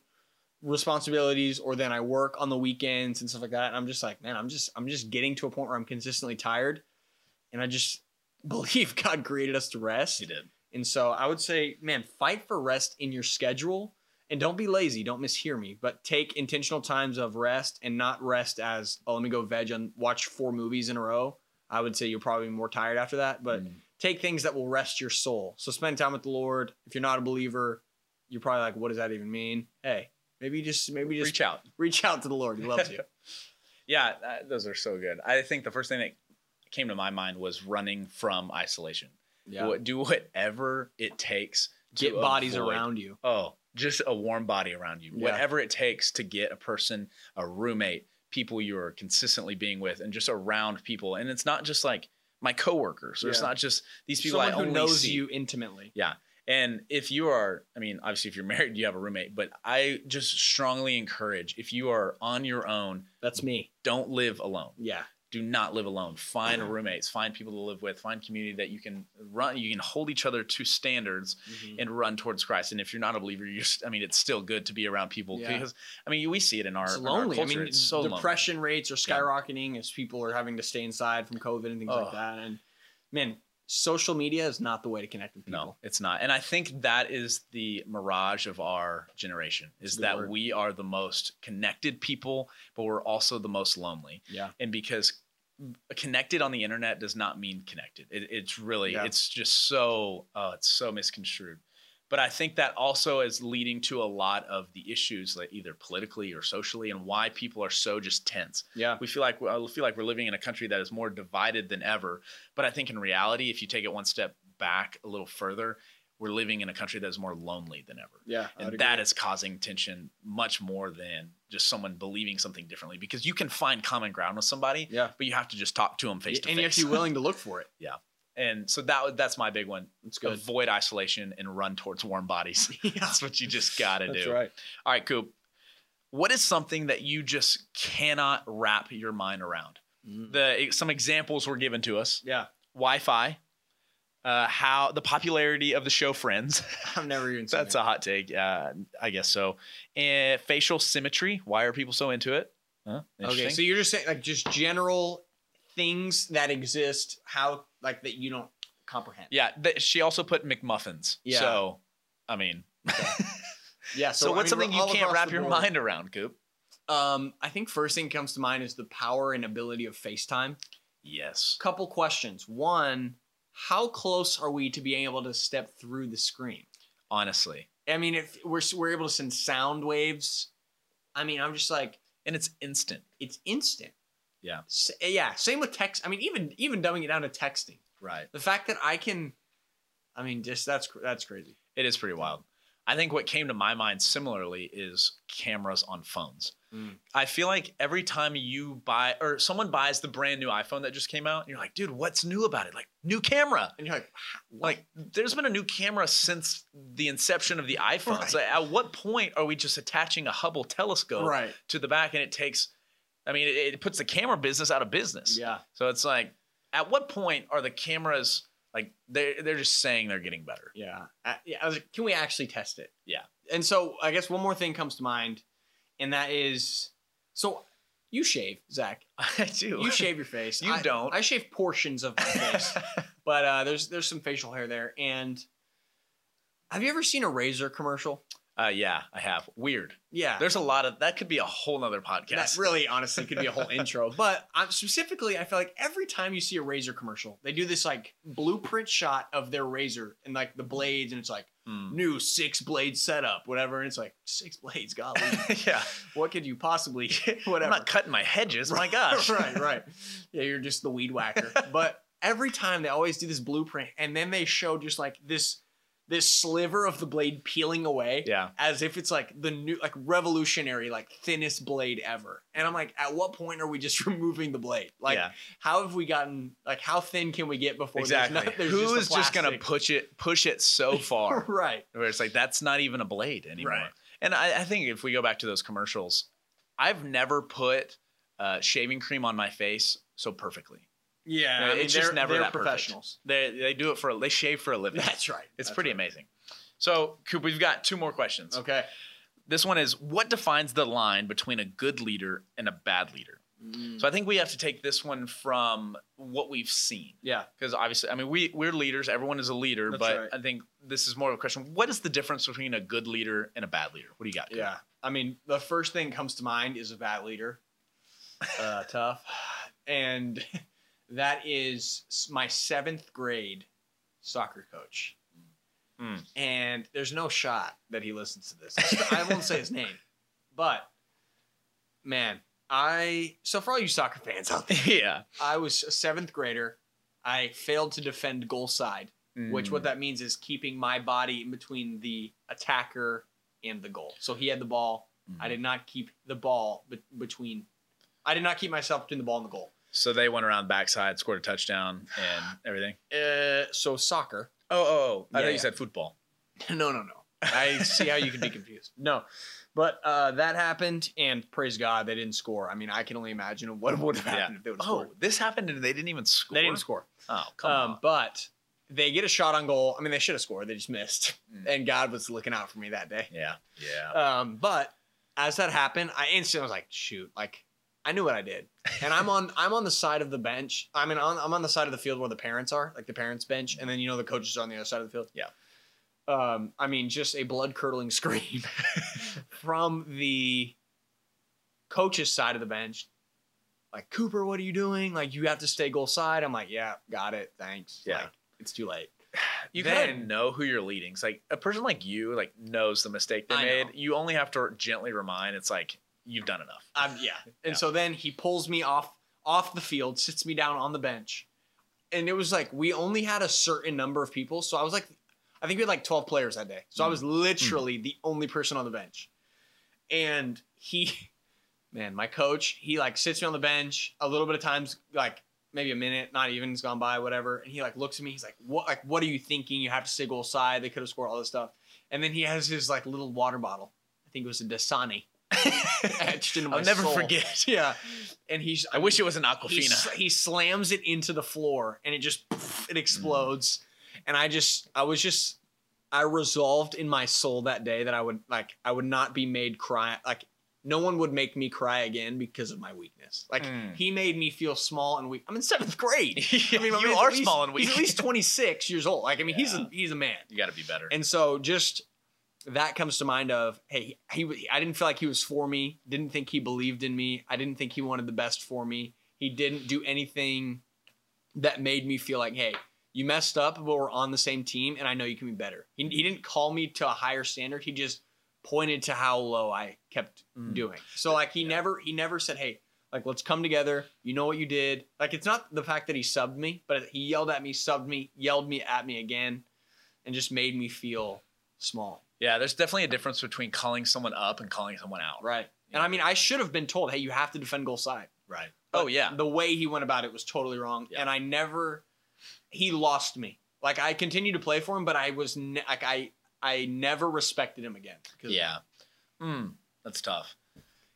A: responsibilities or then I work on the weekends and stuff like that. And I'm just like, man, I'm just I'm just getting to a point where I'm consistently tired. And I just believe God created us to rest.
B: He did.
A: And so I would say, man, fight for rest in your schedule and don't be lazy. Don't mishear me, but take intentional times of rest and not rest as, oh, let me go veg and watch four movies in a row. I would say you're probably more tired after that, but
B: Mm.
A: take things that will rest your soul. So spend time with the Lord. If you're not a believer, you're probably like, what does that even mean? Hey, maybe just, maybe just reach
B: reach
A: out,
B: out.
A: to the Lord. He loves you.
B: Yeah, that, those are so good. I think the first thing that came to my mind was running from isolation. Wha- Do whatever it takes to
A: Get bodies
B: avoid-
A: around you.
B: Oh, just a warm body around you.
A: Yeah.
B: Whatever it takes to get a person, a roommate, people you're consistently being with, and just around people. And it's not just like my coworkers, or it's
A: Yeah.
B: not just these people
A: Someone
B: I
A: who
B: only
A: knows
B: see.
A: you intimately.
B: And if you are, I mean, obviously, if you're married, you have a roommate, but I just strongly encourage if you are on your own,
A: That's me.
B: don't live alone
A: Yeah.
B: do not live alone. Find roommates, find people to live with, find community that you can run, you can hold each other to standards
A: Mm-hmm.
B: and run towards Christ. And if you're not a believer, you're, s- I mean, it's still good to be around people
A: Yeah.
B: because, I mean, we see it in our,
A: it's
B: in our
A: lonely. I
B: culture.
A: mean,
B: it's so lonely.
A: depression rates are skyrocketing as people are having to stay inside from COVID and things
B: Ugh.
A: like that. And man, social media is not the way to connect with people.
B: No, it's not. And I think that is the mirage of our generation is
A: Good
B: that
A: word.
B: we are the most connected people, but we're also the most lonely.
A: Yeah.
B: and because connected on the internet does not mean connected it, it's really
A: Yeah.
B: it's just so uh, it's so misconstrued but i think that also is leading to a lot of the issues like either politically or socially and why people are so just tense
A: Yeah.
B: we feel like i feel like we're living in a country that is more divided than ever but i think in reality if you take it one step back a little further we're living in a country that is more lonely than ever
A: Yeah.
B: and that is causing tension much more than just someone believing something differently because you can find common ground with somebody
A: yeah.
B: but you have to just talk to them face to face
A: and you have to be willing to look for it.
B: and so that was- that's my big one
A: It's good.
B: avoid isolation and run towards warm bodies
A: yeah.
B: that's what you just gotta
A: That's
B: do
A: right.
B: all right coop what is something that you just cannot wrap your mind around
A: Mm.
B: the some examples were given to us
A: yeah.
B: wi-fi uh, how the popularity of the show friends
A: I've never even seen
B: That's
A: it.
B: a hot take. Uh, I guess so. And facial symmetry. Why are people so into it? Huh?
A: Okay.
B: Interesting.
A: So you're just saying like just general things that exist, how like that you don't comprehend.
B: yeah. Th- she also put McMuffins.
A: Yeah.
B: So, I mean,
A: Yeah.
B: so,
A: I mean,
B: what's something
A: we're
B: you
A: all
B: can't
A: across
B: wrap
A: the
B: your
A: board.
B: mind around, Coop?
A: Um, I think first thing comes to mind is the power and ability of FaceTime.
B: Yes.
A: couple questions. One, how close are we to being able to step through the screen?
B: Honestly.
A: I mean, if we're we're able to send sound waves, I mean, I'm just like
B: And it's instant.
A: it's instant.
B: Yeah.
A: S- yeah. Same with text. I mean, even even dumbing it down to texting.
B: Right.
A: The fact that I can, I mean, just that's cr- that's crazy.
B: It is pretty wild. I think what came to my mind similarly is cameras on phones.
A: Mm.
B: I feel like every time you buy or someone buys the brand new iPhone that just came out, and you're like, dude, what's new about it? Like, new camera.
A: And you're like,
B: Like, there's been a new camera since the inception of the iPhone. So at what point are we just attaching a Hubble telescope
A: right.
B: to the back and it takes, I mean, it, it puts the camera business out of business.
A: Yeah.
B: So it's like, at what point are the cameras like they they're just saying they're getting better?
A: Yeah. Uh, yeah. I was like, can we actually test it?
B: Yeah.
A: And so I guess one more thing comes to mind, and that is so you shave, Zach.
B: I do.
A: You shave your face.
B: You
A: I-
B: don't.
A: I shave portions of my face, but uh, there's there's some facial hair there. And have you ever seen a razor commercial?
B: uh, yeah, I have. Weird.
A: Yeah.
B: There's a lot of that could be a whole nother podcast.
A: That really, honestly, could be a whole intro. But i specifically, I feel like every time you see a razor commercial, they do this like blueprint shot of their razor and like the blades, and it's like
B: Hmm.
A: new six blade setup, whatever. And it's like six blades, golly,
B: yeah.
A: what could you possibly,
B: I'm
A: whatever.
B: not cutting my hedges. My gosh.
A: right, right. Yeah, you're just the weed whacker. But every time they always do this blueprint, and then they show just like this this sliver of the blade peeling away
B: Yeah.
A: as if it's like the new like revolutionary like thinnest blade ever and i'm like at what point are we just removing the blade like
B: yeah.
A: how have we gotten like how thin can we get before
B: Exactly.
A: there's not, there's
B: Who
A: just a
B: is just gonna
A: plastic-
B: push it push it so far
A: right
B: where it's like that's not even a blade anymore.
A: Right.
B: And I, I think if we go back to those commercials, I've never put uh, shaving cream on my face so perfectly.
A: yeah
B: It's just
A: they're-
B: never
A: they're
B: that perfect.
A: professionals
B: They they do it for a, they shave for a living.
A: that's right
B: it's
A: That's
B: pretty
A: right.
B: amazing. So Coop, we've got two more questions.
A: okay
B: This one is what defines the line between a good leader and a bad leader? So I think we have to take this one from what we've seen.
A: yeah
B: Because obviously, I mean, we, we're leaders. Everyone is a leader,
A: That's
B: but
A: right.
B: I think this is more of a question. What is the difference between a good leader and a bad leader? What do you got? Coop?
A: yeah i mean the first thing comes to mind is a bad leader uh, tough and that is s- my seventh grade soccer coach Hmm.
B: Mm.
A: and there's no shot that he listens to this i won't say his name but man i so for all you soccer fans out there
B: yeah.
A: i was a seventh grader i failed to defend goal side which what that means is keeping my body in between the attacker and the goal. So he had the ball.
B: Mm-hmm.
A: I did not keep the ball be- between. I did not keep myself between the ball and the goal.
B: So they went around backside, scored a touchdown, and everything.
A: Uh, so soccer.
B: Oh, oh, I
A: Yeah,
B: thought
A: yeah.
B: you said football.
A: no, no, no. I see how you could be confused. No, but uh, that happened, and praise God they didn't score. I mean, I can only imagine what would have
B: Yeah.
A: happened if they would have
B: Oh,
A: scored.
B: this happened and they didn't even score.
A: They didn't score.
B: Oh, come
A: Um,
B: on.
A: but they get a shot on goal. I mean, they should have scored. They just missed,
B: Mm.
A: and God was looking out for me that day.
B: Yeah. Yeah.
A: Um, but as that happened, I instantly was like, shoot, like I knew what I did. And I'm on I'm on the side of the bench. I mean on, I'm on the side of the field where the parents are, like the parents bench, and then you know the coaches are on the other side of the field.
B: Yeah.
A: Um, I mean, just a blood curdling scream from the coach's side of the bench. Like, Cooper, what are you doing? Like, you have to stay goal side. I'm like, yeah, got it. Thanks.
B: Yeah.
A: Like, it's too late.
B: you
A: Then-
B: kind of know who you're leading. It's like a person like you, like knows the mistake they
A: I
B: made.
A: know.
B: You only have to gently remind. It's like you've done enough.
A: Um, yeah. And
B: Yeah.
A: so then he pulls me off off the field, sits me down on the bench, and it was like we only had a certain number of people, so I was like, I think we had like twelve players that day,
B: Mm.
A: so I was literally the only person on the bench, and he, man, my coach, he like sits me on the bench a little bit of times, like maybe a minute, not even has gone by, whatever, and he like looks at me, he's like, what, like what are you thinking? You have to stay goal side. They could have scored all this stuff, and then he has his like little water bottle. I think it was a Dasani. etched into my
B: I'll never
A: soul.
B: forget.
A: Yeah, and he's.
B: I wish it was an
A: He,
B: Aquafina.
A: s- he slams it into the floor, and it just it explodes. And I just, I was just, I resolved in my soul that day that I would like, I would not be made cry. Like, no one would make me cry again because of my weakness. Like,
B: Mm.
A: he made me feel small and weak. I'm in seventh grade. I mean, my
B: you
A: man's
B: are
A: at least-
B: small and weak.
A: He's at least 26 years old. Like, I mean, he's
B: Yeah.
A: a, he's a man.
B: you got to be better.
A: And so just that comes to mind of hey he, he I didn't feel like he was for me, didn't think he believed in me, I didn't think he wanted the best for me. He didn't do anything that made me feel like hey, you messed up, but we're on the same team and I know you can be better. He, he didn't call me to a higher standard. He just pointed to how low I kept
B: Mm.
A: doing. So like he never he never said, "Hey, like let's come together. You know what you did." Like it's not the fact that he subbed me, but he yelled at me, subbed me, yelled me at me again and just made me feel small.
B: Yeah, there's definitely a difference between calling someone up and calling someone out.
A: Right. And I mean, I should have been told, hey, you have to defend goal side.
B: Right. Oh
A: But
B: yeah.
A: The way he went about it was totally wrong,
B: Yeah.
A: and I never. He lost me. Like I continued to play for him, but I was ne- like I I never respected him again. 'Cause-
B: Yeah. Mm, that's tough.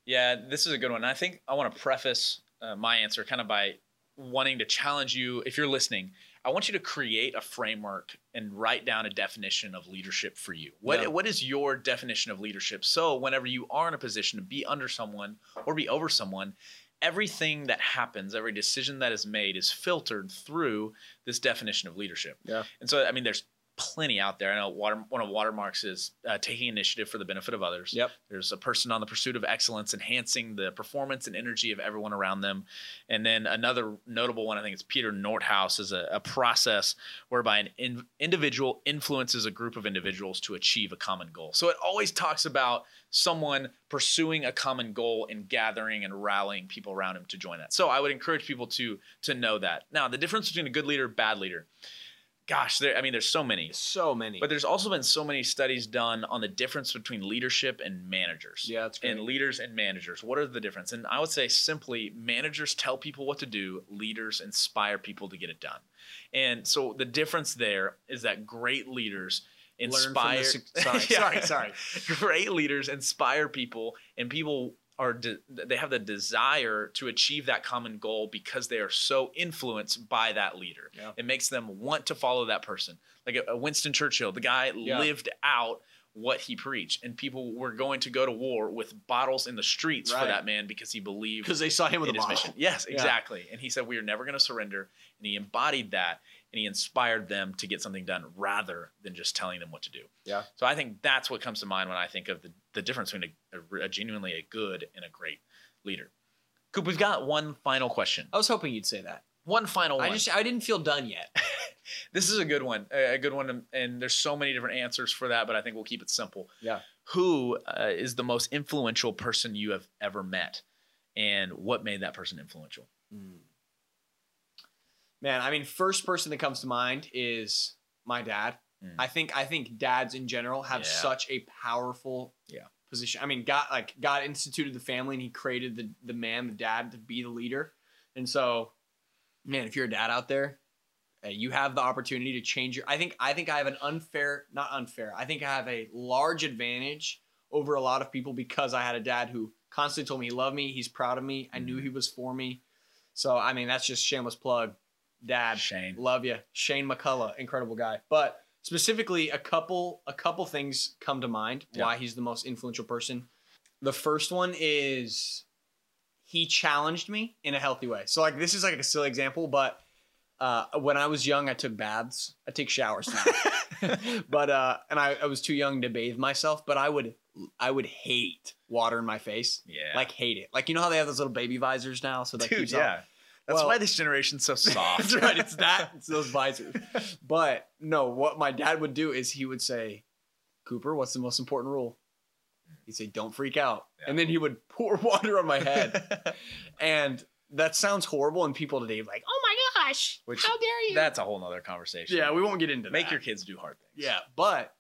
B: Yeah, this is a good one. I think I want to preface uh, my answer kind of by wanting to challenge you. If you're listening, I want you to create a framework and write down a definition of leadership for you. What
A: Yeah.
B: What is your definition of leadership? So whenever you are in a position to be under someone or be over someone, everything that happens, every decision that is made, is filtered through this definition of leadership.
A: Yeah.
B: And so I mean, there's plenty out there. I know water, one of Watermark's is uh, taking initiative for the benefit of others.
A: Yep.
B: There's a person on the pursuit of excellence, enhancing the performance and energy of everyone around them. And then another notable one, I think it's Peter Nordhaus, is a, a process whereby an in, individual influences a group of individuals to achieve a common goal. So it always talks about someone pursuing a common goal and gathering and rallying people around him to join that. So I would encourage people to to know that. Now, the difference between a good leader, bad leader. Gosh, there I mean there's so many.
A: So many.
B: But there's also been so many studies done on the difference between leadership and managers.
A: yeah, that's great.
B: And leaders and managers, what are the difference? And I would say simply managers tell people what to do, leaders inspire people to get it done. And so the difference there is that great leaders
A: Learn from the
B: inspire
A: suc- sorry, sorry, sorry.
B: great leaders inspire people and people are de- they have the desire to achieve that common goal because they are so influenced by that leader
A: Yeah.
B: it makes them want to follow that person like a, a winston churchill the guy
A: Yeah.
B: lived out what he preached and people were going to go to war with bottles in the streets for
A: Right.
B: that man because he believed
A: Because they saw him with a
B: in his
A: bottle.
B: mission. Yes,
A: Yeah.
B: exactly. And he said, We are never going to surrender. And he embodied that and he inspired them to get something done rather than just telling them what to do.
A: Yeah.
B: So I think that's what comes to mind when I think of the, the difference between a, a re- a genuinely a good and a great leader. Coop, we've got one final question.
A: I was hoping you'd say that.
B: One final one.
A: Oh, I just I didn't feel done yet.
B: this is a good one. A a good one. And there's so many different answers for that, but I think we'll keep it simple.
A: Yeah.
B: Who uh, is the most influential person you have ever met? And what made that person influential?
A: Mm. Man, I mean, first person that comes to mind is my dad.
B: Mm.
A: I think I think dads in general have
B: Yeah.
A: such a powerful
B: Yeah.
A: position. I mean, God like God instituted the family and he created the the man, the dad to be the leader. And so, man, if you're a dad out there, uh, you have the opportunity to change your I think I think I have an unfair, not unfair. I think I have a large advantage over a lot of people because I had a dad who constantly told me he loved me, he's proud of me, I knew
B: Mhm.
A: he was for me. So, I mean, that's just shameless plug. Dad,
B: Shane.
A: Love you, Shane McCullough, incredible guy. But specifically, a couple a couple things come to mind
B: Yeah.
A: why he's the most influential person. The first one is he challenged me in a healthy way. So like this is like a silly example, but uh, when I was young, I took baths. I take showers now, but uh, and I, I was too young to bathe myself. But I would I would hate water in my face,
B: Yeah.
A: like hate it. Like you know how they have those little baby visors now, so that
B: Dude,
A: keeps out-
B: yeah. That's
A: Well-
B: why this generation's so soft.
A: That's right. It's that. It's those visors. But no, what my dad would do is he would say, "Cooper, what's the most important rule?" He'd say, "Don't freak out,"
B: Yeah.
A: and then he would pour water on my head. and that sounds horrible, and people today are like, "Oh my gosh,
B: Which-
A: how dare you?"
B: That's a whole nother conversation.
A: yeah, we won't get into
B: make
A: that.
B: your kids do hard things.
A: yeah, but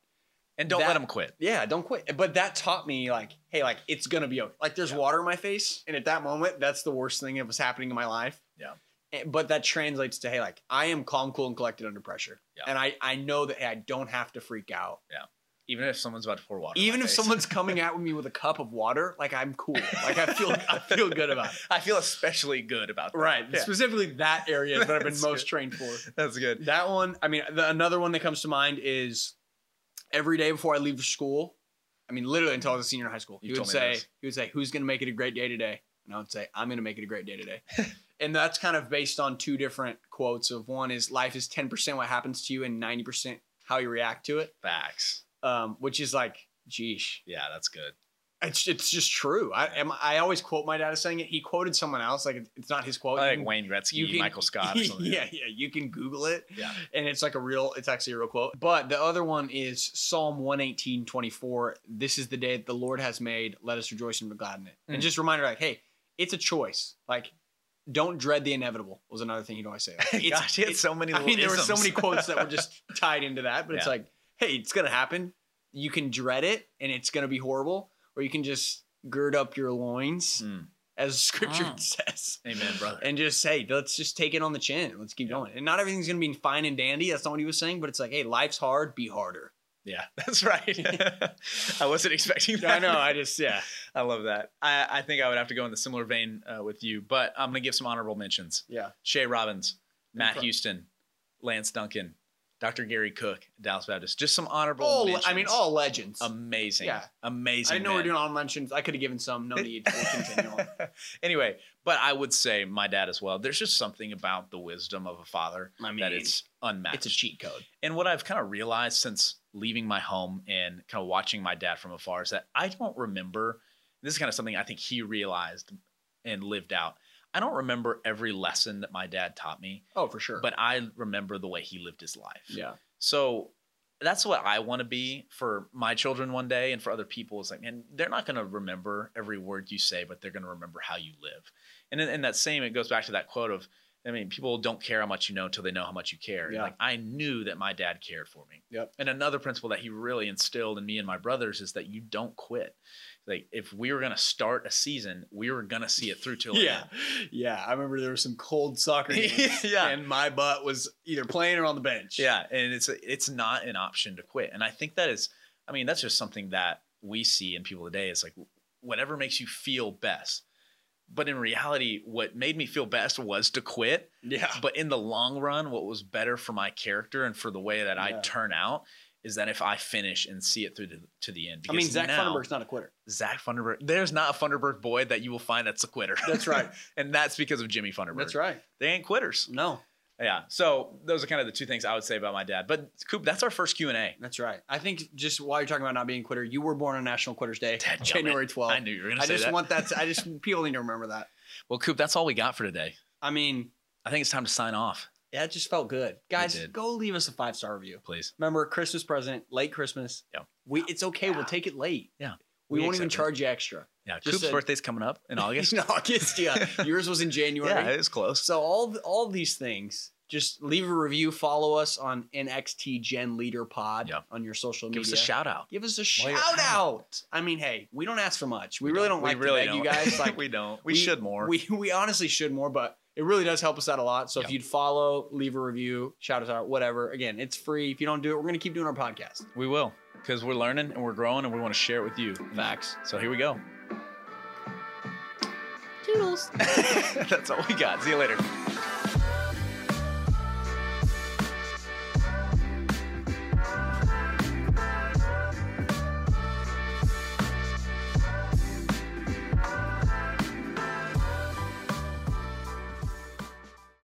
B: and don't let
A: That-
B: them quit.
A: yeah, don't quit. But that taught me like, hey, like it's gonna be okay. Like there's
B: Yeah.
A: water in my face, and at that moment, that's the worst thing that was happening in my life.
B: Yeah.
A: And- but that translates to hey, like I am calm, cool, and collected under pressure,
B: Yeah.
A: and I I know that hey, I don't have to freak out.
B: Even if someone's about to pour water. in
A: Even
B: my
A: if
B: face.
A: someone's coming at me with a cup of water, like I'm cool. Like I feel I feel good about it.
B: I feel especially good about that.
A: Right.
B: Yeah.
A: Specifically that area that I've been
B: That's
A: most
B: good.
A: trained for.
B: That's good.
A: That one, I mean, the, another one that comes to mind is every day before I leave for school. I mean, literally until I was a senior in high school,
B: You
A: he would
B: told me
A: say,
B: this.
A: he would say, "Who's going to make it a great day today?" And I would say, "I'm going to make it a great day today." and that's kind of based on two different quotes. Of one is, "Life is 10% what happens to you and 90% how you react to it,"
B: Facts.
A: um, which is like, geesh,
B: Yeah, that's good.
A: it's it's just true. I am. I always quote my dad as saying it. He quoted someone else, like it's- it's not his quote. You
B: like
A: can
B: Wayne Gretzky,
A: you can-
B: Michael Scott, or something.
A: yeah, yeah. You can Google it.
B: Yeah.
A: And it's like a real, it's actually a real quote. But the other one is Psalm 118, 24. This is the day that the Lord has made. Let us rejoice and be glad in it.
B: Mm.
A: And just a reminder, like, hey, it's a choice. Like, don't dread the inevitable was another thing he'd always say. Like, it's-
B: Gosh, he had
A: it's-
B: so many.
A: I mean, there were so
B: isms.
A: many quotes that were just tied into that, but it's
B: Yeah.
A: like, hey, it's going to happen. you can dread it and it's going to be horrible, or you can just gird up your loins,
B: Mm. Ah.
A: as scripture
C: Wow.
A: says,
B: Amen, brother.
A: and just say, let's just take it on the chin. Let's keep going. And not everything's going to be fine and dandy. That's not what he was saying, but it's like, hey, life's hard, be harder.
B: yeah, that's right. I wasn't expecting that.
A: I know. I just, yeah.
B: I love that. I, I think I would have to go in the similar vein uh, with you, but I'm going to give some honorable mentions.
A: Yeah.
B: Shay Robbins, Matt
A: Incre-
B: Houston, Lance Duncan, Dr. Gary Cook, Dallas Baptist. Just some honorable
A: All,
B: mentions.
A: I mean, all legends.
B: amazing.
A: Yeah.
B: Amazing.
A: I didn't know we
B: men.
A: are doing all mentions. I could have given some. No need. We'll continue on.
B: anyway, but I would say my dad as well. There's just something about the wisdom of a father
A: I mean,
B: that it's unmatched.
A: it's a cheat code.
B: and what I've kind of realized since leaving my home and kind of watching my dad from afar is that I don't remember. This is kind of something I think he realized and lived out. I don't remember every lesson that my dad taught me,
A: Oh, for sure.
B: but I remember the way he lived his life.
A: yeah.
B: So that's what I want to be for my children one day and for other people. It's like, man, they're not going to remember every word you say, but they're going to remember how you live. And in, in that same, it goes back to that quote of, I mean, people don't care how much you know until they know how much you care. And,
A: Yeah.
B: Like I knew that my dad cared for me.
A: Yep.
B: And another principle that he really instilled in me and my brothers is that you don't quit. Like if we were going to start a season, we were going to see it through till it
A: Yeah.
B: end.
A: Yeah. I remember there were some cold soccer games.
B: Yeah.
A: And my butt was either playing or on the bench.
B: Yeah, and it's it's not an option to quit. And I think that is, I mean, that's just something that we see in people today is like whatever makes you feel best. But in reality, what made me feel best was to quit.
A: Yeah.
B: But in the long run, what was better for my character and for the way that I
A: Yeah.
B: turn out is that if I finish and see it through to, to the end.
A: I mean,
B: Because
A: Zach
B: now-
A: Funderburk's not a quitter.
B: Zach Funderburg. There's not a Funderburg boy that you will find that's a quitter.
A: That's right.
B: and that's because of Jimmy Funderburg.
A: That's right.
B: They ain't quitters.
A: No,
B: Yeah. So those are kind of the two things I would say about my dad. But Coop, that's our first Q and A.
A: that's right. I think just while you're talking about not being a quitter, you were born on National Quitters Day,
B: Dadgummit.
A: January 12th.
B: I knew you were gonna
A: I
B: say
A: just
B: that.
A: want that. To, I just people need to remember that.
B: well, Coop, that's all we got for today.
A: I mean,
B: I think it's time to sign off,
A: yeah, it just felt good, guys.
B: did.
A: Go leave us a five star review.
B: please.
A: Remember, Christmas present, late Christmas.
B: Yeah.
A: we it's okay. We'll take it late.
B: Yeah.
A: we,
B: We
A: won't even
B: accept it.
A: charge you extra.
B: Yeah,
A: Just
B: Coop's
A: a-
B: birthday's coming up in August.
A: in August, yeah. Yours was in January.
B: yeah, it is close.
A: So all th- all these things, just leave a review, follow us on NXT Gen Leader Pod
B: Yeah.
A: on your social
B: Give us
A: media.
B: a shout out.
A: Give us a
B: While you're
A: shout
B: at
A: out. I mean, hey, we don't ask for much. We really don't like to beg you guys. Like
B: we don't. We, should more.
A: We we honestly should more, but it really does help us out a lot. So
B: Yeah.
A: if you'd follow, leave a review, shout us out, whatever. Again, it's free. If you don't do it, we're gonna keep doing our podcast.
B: we will because we're learning and we're growing and we want to share it with you.
A: Facts.
B: So here we go.
C: Toodles.
B: that's all we got. See you later.